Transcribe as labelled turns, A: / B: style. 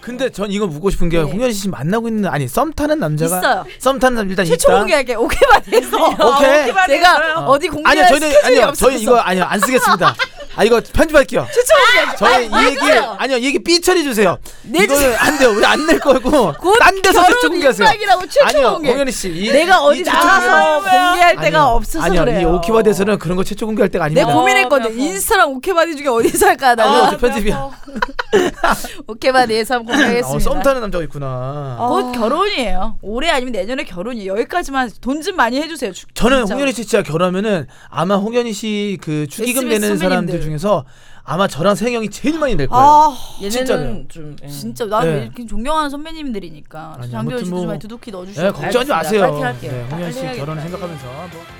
A: 근데 전 이거 묻고 싶은 게
B: 네.
A: 홍현 씨 지금 만나고 있는 아니 썸 타는 남자가
B: 있어요.
A: 썸 타는 남자 일단
B: 최초
A: 있다.
B: 공개할게. 오케바디에서
A: 오케이.
B: 제가 어. 디
A: 아니요
B: 공개할
A: 저희는
B: 스케줄이
A: 아니요
B: 없어서
A: 저희 이거 아니요 안 쓰겠습니다. 아 이거 편집할게요.
B: 최초 공개.
A: 저희 이 얘기
B: 맞아요.
A: 아니요 이 얘기 삐 처리 주세요.
B: 내주세요.
A: 이거는 안 돼요. 우리 안 낼 거고
B: 곧
A: 딴 데서
B: 결혼
A: 최초 공개하세요.
B: 일박이라고 최초
A: 아니요
B: 공개.
A: 홍현희 씨 이-
B: 내가
A: 이
B: 어디
A: 최초
B: 나가서
A: 공개는-
B: 공개할 데가
A: 아니요.
B: 없어서
A: 아니요
B: 그래요.
A: 이 오키바드에서는 그런 거 최초 공개할 때가
B: 내가
A: 아닙니다.
B: 고민했거든. 인스타랑 오케바디 중에 어디서 할까 하다가
A: 어, 저 편집이야.
B: 오케바디에서 한번 공개하겠습니다. 어,
A: 어, 썸 타는 남자가 있구나.
B: 곧 결혼이에요. 올해 아니면 내년에 결혼이에요. 여기까지만 돈 좀 많이 해주세요. 주-
A: 저는
B: 진짜.
A: 홍현희 씨 진짜 결혼하면은 아마 홍현희 씨 그 축의금
B: SBS
A: 내는 사람들
B: 선배님들.
A: 중에서 아마 저랑 세영이 제일 많이 낼 거예요.
B: 아
C: 얘네는
A: 진짜로요.
C: 좀 예.
B: 진짜 나
A: 네.
B: 이렇게 존경하는 선배님들이니까
A: 아니,
B: 장기현
A: 아무튼
B: 씨도
A: 뭐-
B: 좀 많이 두둑히 넣어주시고
A: 네, 걱정하지
C: 알겠습니다.
A: 마세요.
C: 파이팅 할게요. 아,
A: 네, 홍현 씨
C: 빨리
A: 결혼
C: 해야겠다.
A: 생각하면서. 뭐.